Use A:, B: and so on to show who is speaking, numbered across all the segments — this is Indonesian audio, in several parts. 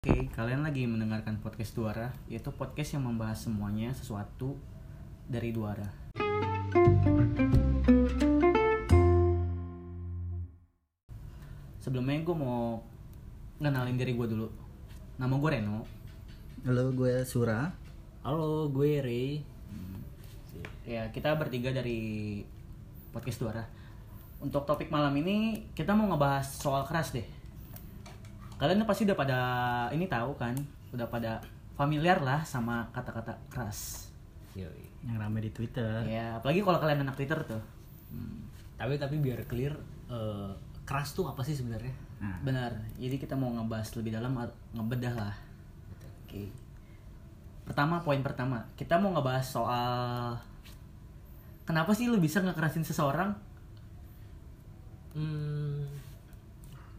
A: Oke, kalian lagi mendengarkan podcast Duara, yaitu podcast yang membahas semuanya sesuatu dari Duara. Sebelumnya gue mau kenalin diri gue dulu. Nama gue Reno.
B: Halo, gue Sura.
C: Halo, gue Ray.
A: Ya, kita bertiga dari podcast Duara. Untuk topik malam ini, kita mau ngebahas soal keras deh. Kalian pasti udah pada ini tahu kan, udah pada familiar lah sama kata-kata keras.
C: Yoi.
B: Yang rame di Twitter.
A: Ya, apalagi kalau kalian anak Twitter tuh.
C: Hmm. Tapi tapi biar clear, eh, keras tuh apa sih sebenarnya?
B: Nah,
A: Benar. Jadi kita mau ngebahas lebih dalam ar- ngebedah lah. Oke. Pertama poin pertama, kita mau ngebahas soal kenapa sih lu bisa ngekerasin seseorang?
C: Hmm,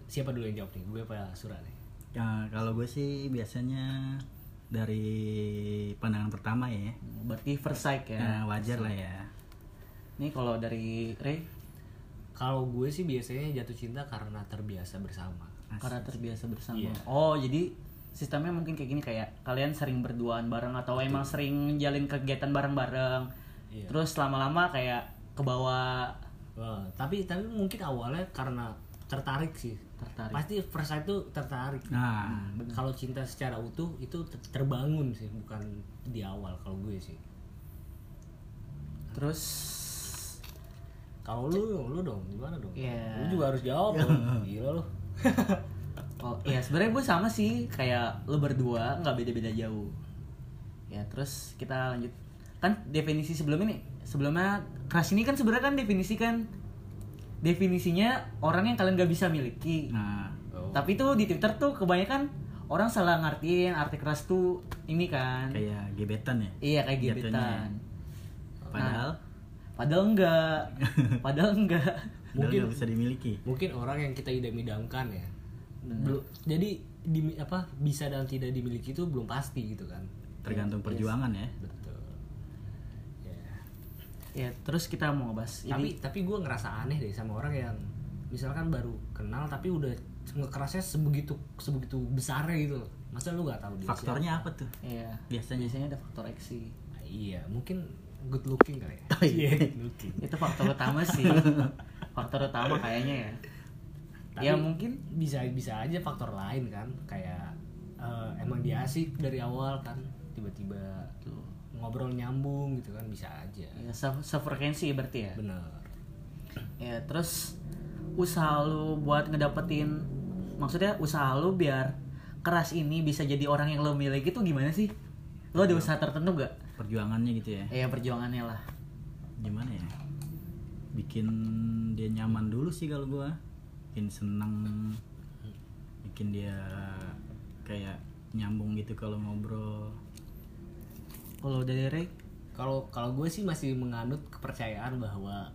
C: siapa dulu yang jawab nih? Gue apa Sura nih?
B: Ya, kalau gue sih biasanya dari pandangan pertama ya.
A: Berarti first sight
B: Ya,
C: Nah.
A: ya.
B: wajar lah ya.
A: Ini kalau dari Ray
C: Kalau gue sih biasanya jatuh cinta karena terbiasa bersama.
A: karena terbiasa bersama.
C: Iya.
A: Oh, jadi sistemnya mungkin kayak gini kayak kalian sering berduaan bareng atau emang sering jalin kegiatan bareng-bareng.
C: Iya.
A: Terus lama-lama kayak ke bawah
C: Wah, Eh, tapi tapi mungkin awalnya karena tertarik sih.
A: tertarik.
C: Pasti first sight tuh tertarik.
B: Nah,
C: Kalau cinta secara utuh itu ter- terbangun sih, bukan di awal kalau gue sih.
A: Terus
C: Kalau lu, lu dong, gimana dong?
A: Iya.
C: Lu juga harus jawab dong. Gila lu.
A: Oh iya sebenarnya gue sama sih kayak lo berdua nggak beda-beda jauh. Ya terus kita lanjut kan definisi sebelum ini sebelumnya crush ini kan sebenarnya kan definisikan definisinya orang yang kalian gak bisa miliki.
B: nah,
A: Tapi tuh di Twitter tuh kebanyakan orang salah ngertiin arti crush tuh ini kan.
B: kayak gebetan ya.
A: Iya kayak
B: Jatuhnya.
A: gebetan. Nah,
B: Padahal
A: Padahal enggak. Padahal enggak.
B: mungkin
C: Mungkin-
B: nggak bisa dimiliki.
C: mungkin orang yang kita idam-idamkan ya belum jadi di- apa bisa dan tidak dimiliki itu belum pasti gitu kan
B: Tergantung perjuangan ya.
C: betul Ya.
A: Ya terus kita mau ngebahas ini.
C: tapi tapi gue ngerasa aneh deh sama orang yang misalkan baru kenal tapi udah ngekerasnya sebegitu sebegitu besarnya gitu loh masa lu nggak tahu dia
B: Faktornya apa tuh?
A: Iya.
B: Biasanya.
A: Biasanya ada faktor X sih.
C: siapa? iya mungkin good looking kali ya iya good looking
A: itu faktor utama sih faktor utama kayaknya ya
C: Tapi-
A: ya mungkin
C: bisa bisa aja faktor lain kan kayak eh, emang dia asik dari awal kan tiba-tiba
A: tuh
C: ngobrol nyambung gitu kan bisa aja
A: ya se- sefrekuensi berarti ya
C: bener
A: ya terus usaha lu buat ngedapetin maksudnya usaha lu biar keras ini bisa jadi orang yang lo miliki tuh gimana sih lo ada usaha tertentu gak
B: Perjuangannya gitu ya.
A: ya perjuangannya lah
B: Gimana ya? Bikin dia nyaman dulu sih kalau gua. Bikin seneng. Bikin dia kayak nyambung gitu kalau ngobrol.
A: kalau dari Ray
C: kalau kalau gue sih masih menganut kepercayaan bahwa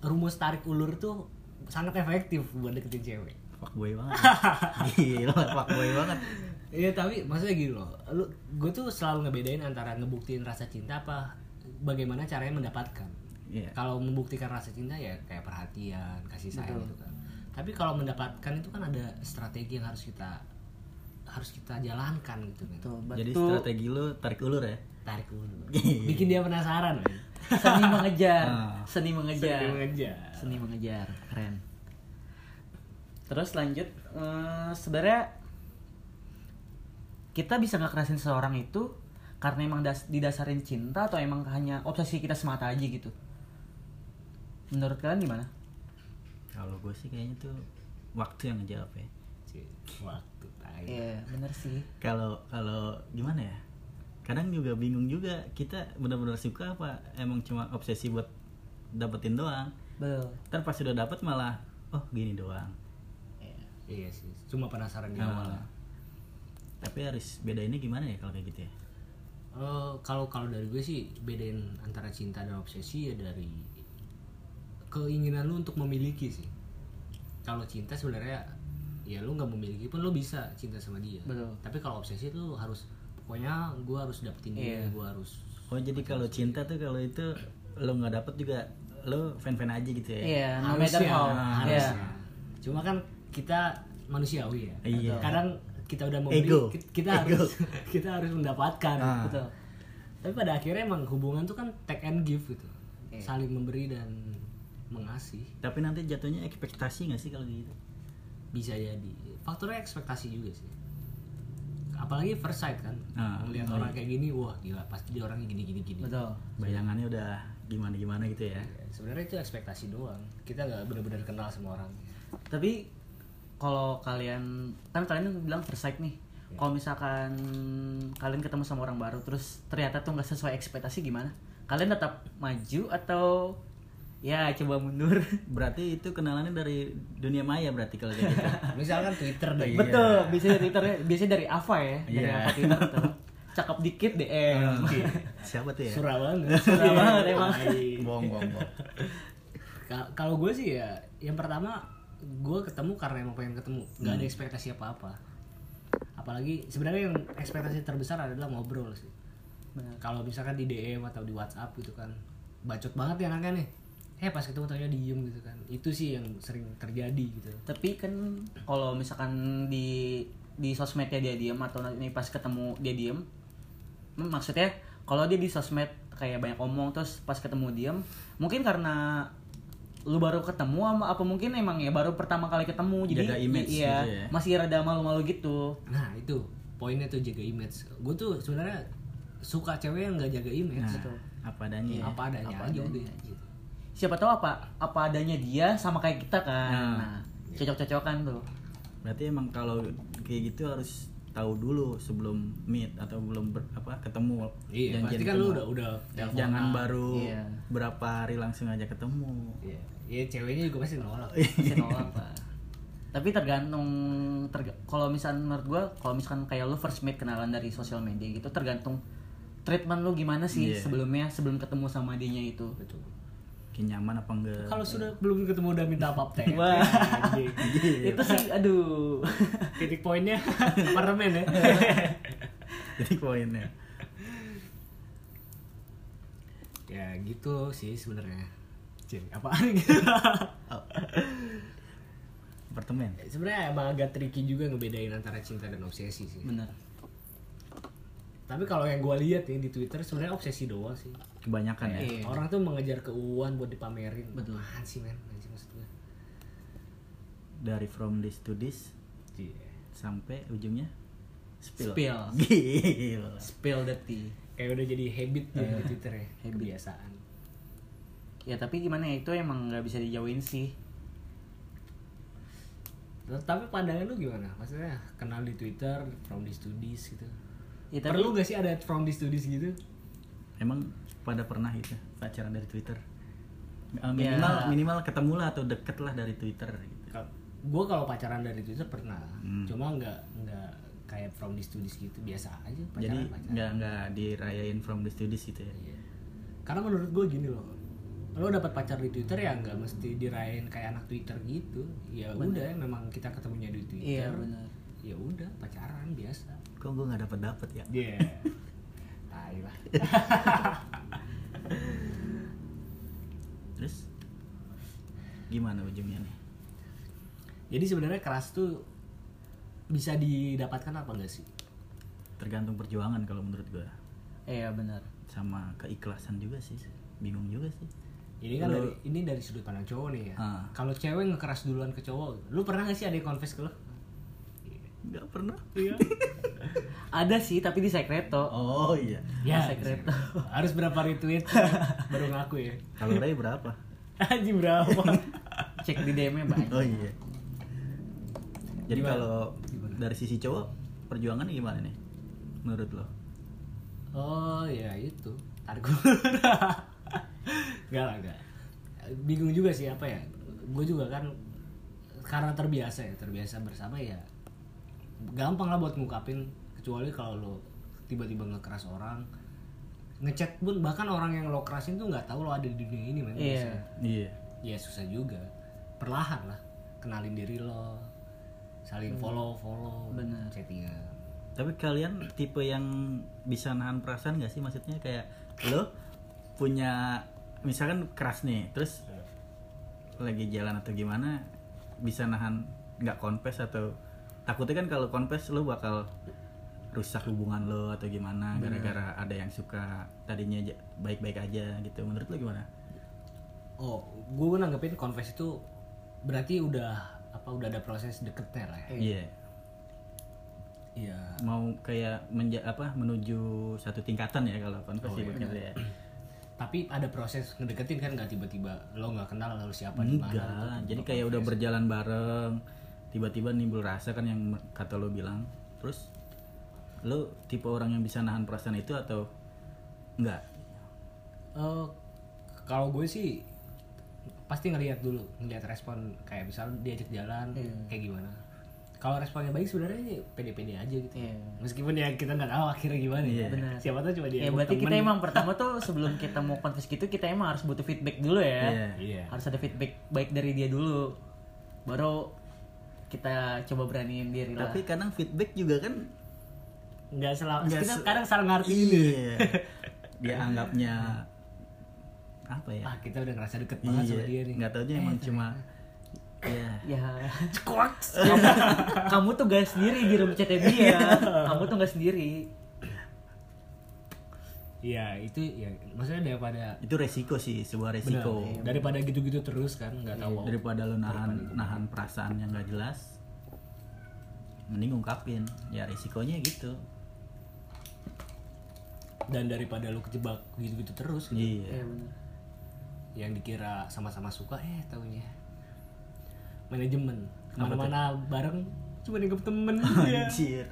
C: rumus tarik ulur tuh sangat efektif buat deketin cewek
B: fuckboy banget gila fuckboy banget
C: Iya tapi maksudnya gini loh, lu gue tuh selalu ngebedain antara ngebuktiin rasa cinta apa bagaimana caranya mendapatkan.
B: Iya.
C: Kalau membuktikan rasa cinta ya kayak perhatian, kasih sayang gitu kan. Tapi kalau mendapatkan itu kan ada strategi yang harus kita harus kita jalankan gitu kan.
A: tuh
B: jadi
A: batu
B: strategi lu tarik ulur ya
C: Tarik ulur. Bikin dia penasaran. men.
A: seni mengejar
B: Ah.
A: seni mengejar
C: Seni mengejar.
A: seni mengejar keren terus lanjut eh, sebenarnya kita bisa ngekerasin seseorang itu karena emang das- didasarin cinta atau emang hanya obsesi kita semata aja gitu menurut kalian gimana
B: kalau gue sih kayaknya tuh waktu yang ngejawab ya
C: Cie, Waktu tai.
A: iya bener sih
B: kalau kalau gimana ya kadang juga bingung juga kita benar-benar suka apa emang cuma obsesi buat dapetin doang
A: bel
B: ntar pas udah dapet malah oh gini doang
C: Iya sih, cuma penasaran di
B: Nah,
C: awal.
B: tapi harus bedainnya gimana ya kalau kayak gitu ya
C: Eh, kalau kalau dari gue sih bedain antara cinta dan obsesi ya dari keinginan lu untuk memiliki sih. Kalau cinta sebenarnya ya lu nggak memiliki pun lu bisa cinta sama dia.
A: Betul.
C: Tapi kalau obsesi tuh harus pokoknya gue harus dapetin dia,
A: Iya.
C: gue harus
B: oh jadi kalau cinta tuh kalau itu lo nggak dapet juga lo fan-fan aja gitu ya
A: iya Ah, no
C: harus
A: matter
C: ya,
A: how
C: harus
A: Iya.
C: ya. Cuma kan kita manusiawi ya.
B: Iya.
C: Kadang kita udah memiliki
B: Ego.
C: ki- kita
B: Ego.
C: harus kita harus mendapatkan
B: Ah.
C: betul tapi pada akhirnya emang hubungan tuh kan take and give gitu
A: Iya.
C: saling memberi dan mengasih
B: Tapi nanti jatuhnya ekspektasi nggak sih kalau gitu?
C: bisa jadi faktornya ekspektasi juga sih apalagi first sight kan
B: Ah,
C: melihat
B: iya.
C: orang kayak gini wah gila pasti dia orangnya gini gini gini
A: betul
B: Bayangannya udah gimana gimana gitu ya.
C: Ya, sebenarnya itu ekspektasi doang kita nggak benar-benar kenal sama orang
A: tapi kalau kalian kan kalian bilang first sight nih kalau misalkan kalian ketemu sama orang baru terus ternyata tuh nggak sesuai ekspektasi gimana kalian tetap maju atau ya coba mundur
B: Berarti itu kenalannya dari dunia maya berarti kalau kayak gitu.
C: misalkan Twitter deh
A: betul biasanya Twitter biasanya dari Ava ya dari
B: Iya.
A: Ava Twitter tuh cakep dikit
C: Eh,
A: DM Iya.
B: Siapa tuh ya?
C: surah banget
A: Surah banget emang. Iya.
B: Bohong, bohong, bohong.
C: Ka- kalau gue sih ya yang pertama gue ketemu karena emang pengen ketemu nggak
A: Hmm.
C: ada ekspektasi apa apa apalagi sebenarnya yang ekspektasi terbesar adalah ngobrol sih
A: Benar.
C: kalau misalkan di DM atau di WhatsApp gitu kan bacot banget ya anaknya nih eh pas ketemu tanya diem gitu kan itu sih yang sering terjadi gitu
A: tapi kan kalau misalkan di di sosmednya dia diem atau nanti pas ketemu dia diem hmm, maksudnya kalau dia di sosmed kayak banyak omong terus pas ketemu diem mungkin karena lu baru ketemu ama apa mungkin emang ya baru pertama kali ketemu jadi
B: Jaga image
A: iya
B: gitu ya.
A: masih rada malu-malu gitu
C: nah itu poinnya tuh jaga image gue tuh sebenarnya suka cewek yang nggak jaga image
B: Nah,
C: gitu.
B: apa adanya ya.
C: apa adanya
A: Iya. Apa
C: aja
A: adanya
C: udah gitu.
A: aja. siapa tahu apa apa adanya dia sama kayak kita kan
B: Nah.
A: nah cocok-cocokan tuh
B: Berarti emang kalau kayak gitu harus tahu dulu sebelum meet atau belum ber- apa ketemu. Janjian
C: Iya, pasti kan
B: ketemu.
C: lu udah ah, udah teleponan.
B: Jangan baru
A: Iya.
B: berapa hari langsung aja ketemu.
C: Iya, Iya, ceweknya juga pasti nolak.
B: Iya.
A: Pasti nolak lah. tapi tergantung terga- kalau misalkan menurut gua kalau misalkan kayak lu first meet kenalan dari sosial media gitu tergantung treatment lu gimana sih
B: Iya.
A: sebelumnya sebelum ketemu sama dianya itu
C: Betul.
B: Kayak nyaman apa enggak?
C: Kalau sudah belum ketemu udah minta pap teh.
A: Wah. Iya.
C: Anjing.
A: gitu. itu sih aduh
C: Titik poinnya parlemen ya.
B: Jadi poinnya.
C: ya gitu sih sebenarnya. Cing, apaan gitu?
B: Apartemen.
C: sebenarnya emang agak tricky juga ngebedain antara cinta dan obsesi sih.
A: bener
C: Tapi kalau yang gue lihat ya di Twitter sebenarnya obsesi doang sih.
B: Kebanyakan ya.
A: Iya.
C: Orang tuh mengejar keuuan buat dipamerin.
A: Betul.
C: Apaan sih men? Anjing maksud gue.
B: Dari from this to this
C: Iya.
B: sampai ujungnya spill.
A: Spill.
B: Gila.
A: spill the tea
C: Kayak udah jadi habit dia di Twitter ya.
A: Habit.
C: Kebiasaan.
A: ya tapi gimana ya itu emang nggak bisa dijauhin sih
C: Tapi pandangan lu gimana? Maksudnya kenal di Twitter, from this to this gitu.
A: ya tapi
C: Perlu gak sih ada from this to this gitu?
B: Emang pada pernah gitu pacaran dari Twitter?
A: Ya.
B: Eh, minimal minimal ketemu lah atau deket lah dari Twitter gitu.
C: Gue kalau pacaran dari Twitter pernah, cuma nggak nggak kayak from this to this gitu biasa aja Iya.
B: Jadi
C: pacaran pacaran.
B: nggak nggak dirayain from this to this gitu ya.
C: Iya. Karena menurut gue gini loh, lo dapat pacar di Twitter ya nggak mesti dirayain kayak anak Twitter gitu. Ya udah, memang kita ketemunya di
A: iya
C: Twitter.
A: bener
C: Ya udah, pacaran biasa.
B: Kok gue nggak dapet dapet ya?
C: Iya. Tai lah.
B: Terus gimana ujungnya nih?
C: Jadi sebenarnya keras tuh bisa didapatkan apa enggak sih?
B: Tergantung perjuangan kalau menurut gue
A: iya bener
B: sama keikhlasan juga sih. Bingung juga sih.
C: Ini
B: Lu-
C: kan dari ini dari sudut pandang cowok nih ya.
B: Ah.
C: Kalau cewek ngekeras duluan ke cowok, lu pernah gak sih ada yang confess ke lu?
B: Nggak pernah.
C: Iya.
A: ada sih tapi di secreto
B: Oh iya.
C: ya,
A: Secret.
C: harus berapa retweet baru ngaku ya?
B: Kalau Ray berapa?
C: Anjing berapa?
A: cek di DM nya banyak
B: Oh iya. Jadi
C: Gimana?
B: kalau dari sisi cowok perjuangan gimana nih? Menurut lo?
C: oh ya itu. Targu. Enggak lah, enggak. Bingung juga sih apa ya? Gue juga kan karena terbiasa ya, terbiasa bersama ya gampang lah buat ngungkapin kecuali kalau lo tiba-tiba ngekeras orang ngechat pun bahkan orang yang lo kerasin tuh nggak tahu lo ada di dunia ini men
A: Iya.
C: biasanya.
B: Iya.
C: ya susah juga perlahan lah kenalin diri lo saling follow follow
A: Bener.
C: chattingan
B: Tapi kalian tipe yang bisa nahan perasaan gak sih? Maksudnya kayak lo punya misalkan keras nih, terus lagi jalan atau gimana bisa nahan nggak konfes atau takutnya kan kalau confess lo bakal rusak hubungan lo atau gimana gara-gara ada yang suka tadinya ja- baik-baik aja gitu menurut lo gimana
C: Oh, gue nanggepin confess itu berarti udah apa udah ada proses deketnya lah ya.
B: iya
C: Iya.
B: mau kayak menja apa menuju satu tingkatan ya kalau confess
C: Oh, iya.
B: sih bukan ya
C: Tapi ada proses ngedeketin kan nggak tiba-tiba lo nggak kenal lo siapa di
B: enggak
C: mana.
B: jadi kayak udah berjalan bareng tiba-tiba nimbul rasa kan yang kata lo bilang terus lo tipe orang yang bisa nahan perasaan itu atau enggak
C: Eh, kalau gue sih pasti ngelihat dulu, ngelihat respon kayak misal diajak jalan kayak gimana. Kalau responnya baik sebenarnya ini pede-pede aja gitu.
A: Iya.
C: Meskipun ya kita nggak tahu akhirnya gimana ya.
A: Benar.
C: Siapa tahu cuma
A: Ya
C: dia.
A: berarti kita emang pertama tuh sebelum kita mau confess gitu kita emang harus butuh feedback dulu ya.
B: Iya.
C: Iya.
A: Harus ada feedback baik dari dia dulu. Baru kita coba beraniin diri lah.
C: Iya.
B: tapi kadang feedback juga kan
C: Nggak selalu.
B: nggak
C: Kita
B: se-
C: kadang salah ngerti
B: iya dia anggapnya apa ya Iya,
C: Ah, kita udah ngerasa deket banget sama dia nih. Eh,
B: nggak taunya emang cuma ya
A: Ya. Kamu- Kamu tuh gak sendiri di room chatnya dia. Kamu tuh gak sendiri.
C: Iya, itu ya maksudnya daripada
B: itu resiko sih sebuah resiko
C: Benar, iya. daripada gitu-gitu terus kan nggak
B: Oh.
C: tahu.
B: daripada lo nahan nahan perasaan yang nggak jelas mending ungkapin ya risikonya gitu
C: Dan daripada lu kejebak gitu-gitu terus gitu.
B: iya
A: Iya benar.
C: Yang dikira sama-sama suka eh taunya manajemen kemana-mana bareng cuma dianggap temen ya.
B: Iya. anjir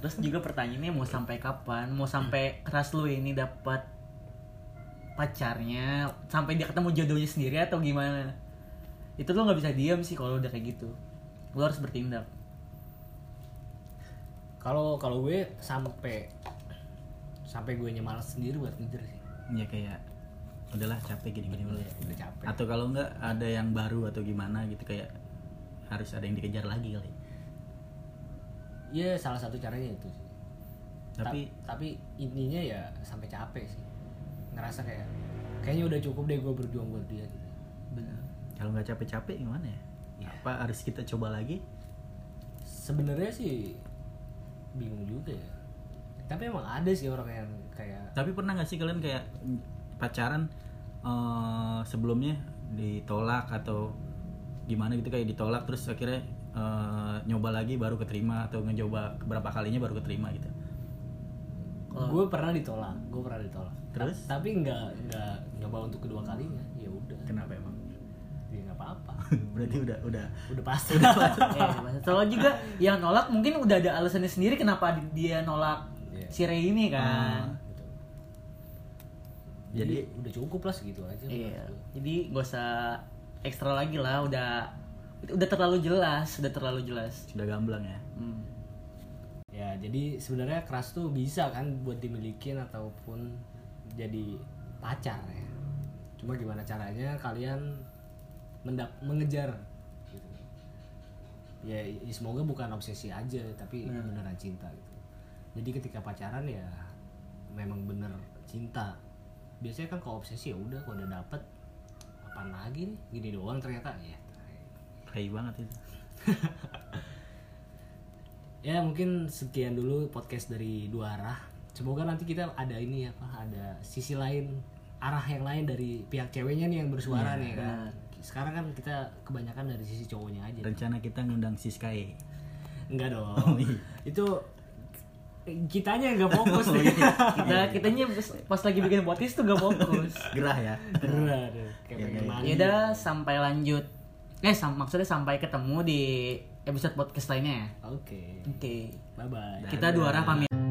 A: Terus juga pertanyaannya mau sampai kapan? Mau sampai keras lu ini dapat pacarnya sampai dia ketemu jodohnya sendiri atau gimana? Itu lo nggak bisa diam sih kalau udah kayak gitu. Lo harus bertindak.
C: Kalau kalau gue sampai sampai gue males sendiri buat ngejar sih.
B: ya kayak udahlah capek gini-gini mulu
C: Ya, udah capek.
B: atau kalau nggak ada yang baru atau gimana gitu kayak harus ada yang dikejar lagi kali
C: Iya, salah satu caranya itu sih.
B: tapi
C: Ta- tapi intinya ya sampai capek sih. Ngerasa kayak kayaknya udah cukup deh gue berjuang buat dia gitu.
A: Benar.
B: kalau nggak capek-capek gimana ya apa harus kita coba lagi
C: Sebenarnya sih bingung juga ya. Tapi emang ada sih orang yang kayak
B: tapi pernah nggak sih kalian kayak pacaran eh, sebelumnya ditolak atau gimana gitu kayak ditolak terus akhirnya eh, nyoba lagi baru keterima atau ngecoba berapa kalinya baru keterima gitu
C: gue pernah ditolak, gue pernah ditolak.
B: Terus?
C: Ta- tapi nggak nggak nyoba untuk kedua kalinya. Ya udah,
B: kenapa emang
C: ya nggak apa-apa.
B: berarti udah udah
C: Udah pasti.
A: Eh, maksud- soalnya juga yang nolak mungkin udah ada alasannya sendiri kenapa di- dia nolak
C: Iya.
A: si Ray ini kan.
C: Gitu. Jadi
B: jadi
C: udah cukup lah segitu aja.
A: Iya. Jadi gak usah ekstra lagi lah. Udah udah terlalu jelas. Udah terlalu jelas.
B: sudah gamblang ya
A: Hmm.
C: Ya, jadi sebenarnya keras tuh bisa kan buat dimilikin ataupun jadi pacar ya. Cuma gimana caranya kalian mendap mengejar gitu. Ya, i- semoga bukan obsesi aja tapi beneran cinta gitu. Jadi ketika pacaran ya memang bener cinta. Biasanya kan kalau obsesi ya udah kalau udah dapet apaan lagi nih? Gini doang ternyata ya.
B: kayak banget itu
C: Ya mungkin sekian dulu podcast dari dua arah. Semoga nanti kita ada ini ya Pak, ada sisi lain arah yang lain dari pihak ceweknya nih yang bersuara nih kan. Sekarang kan kita kebanyakan dari sisi cowoknya aja.
B: rencana kita ngundang E. Siskae
C: Enggak dong. Itu kitanya yang nggak fokus nih.
A: Kita kitanya pas lagi bikin podcast tuh gak fokus.
B: gerah ya
C: Bener, kayak pengen mandi.
A: Ya udah sampai lanjut. Eh sam- maksudnya sampai ketemu di episode podcast lainnya ya.
C: Oke.
A: Oke.
C: Bye bye.
A: Kita dua arah pamit.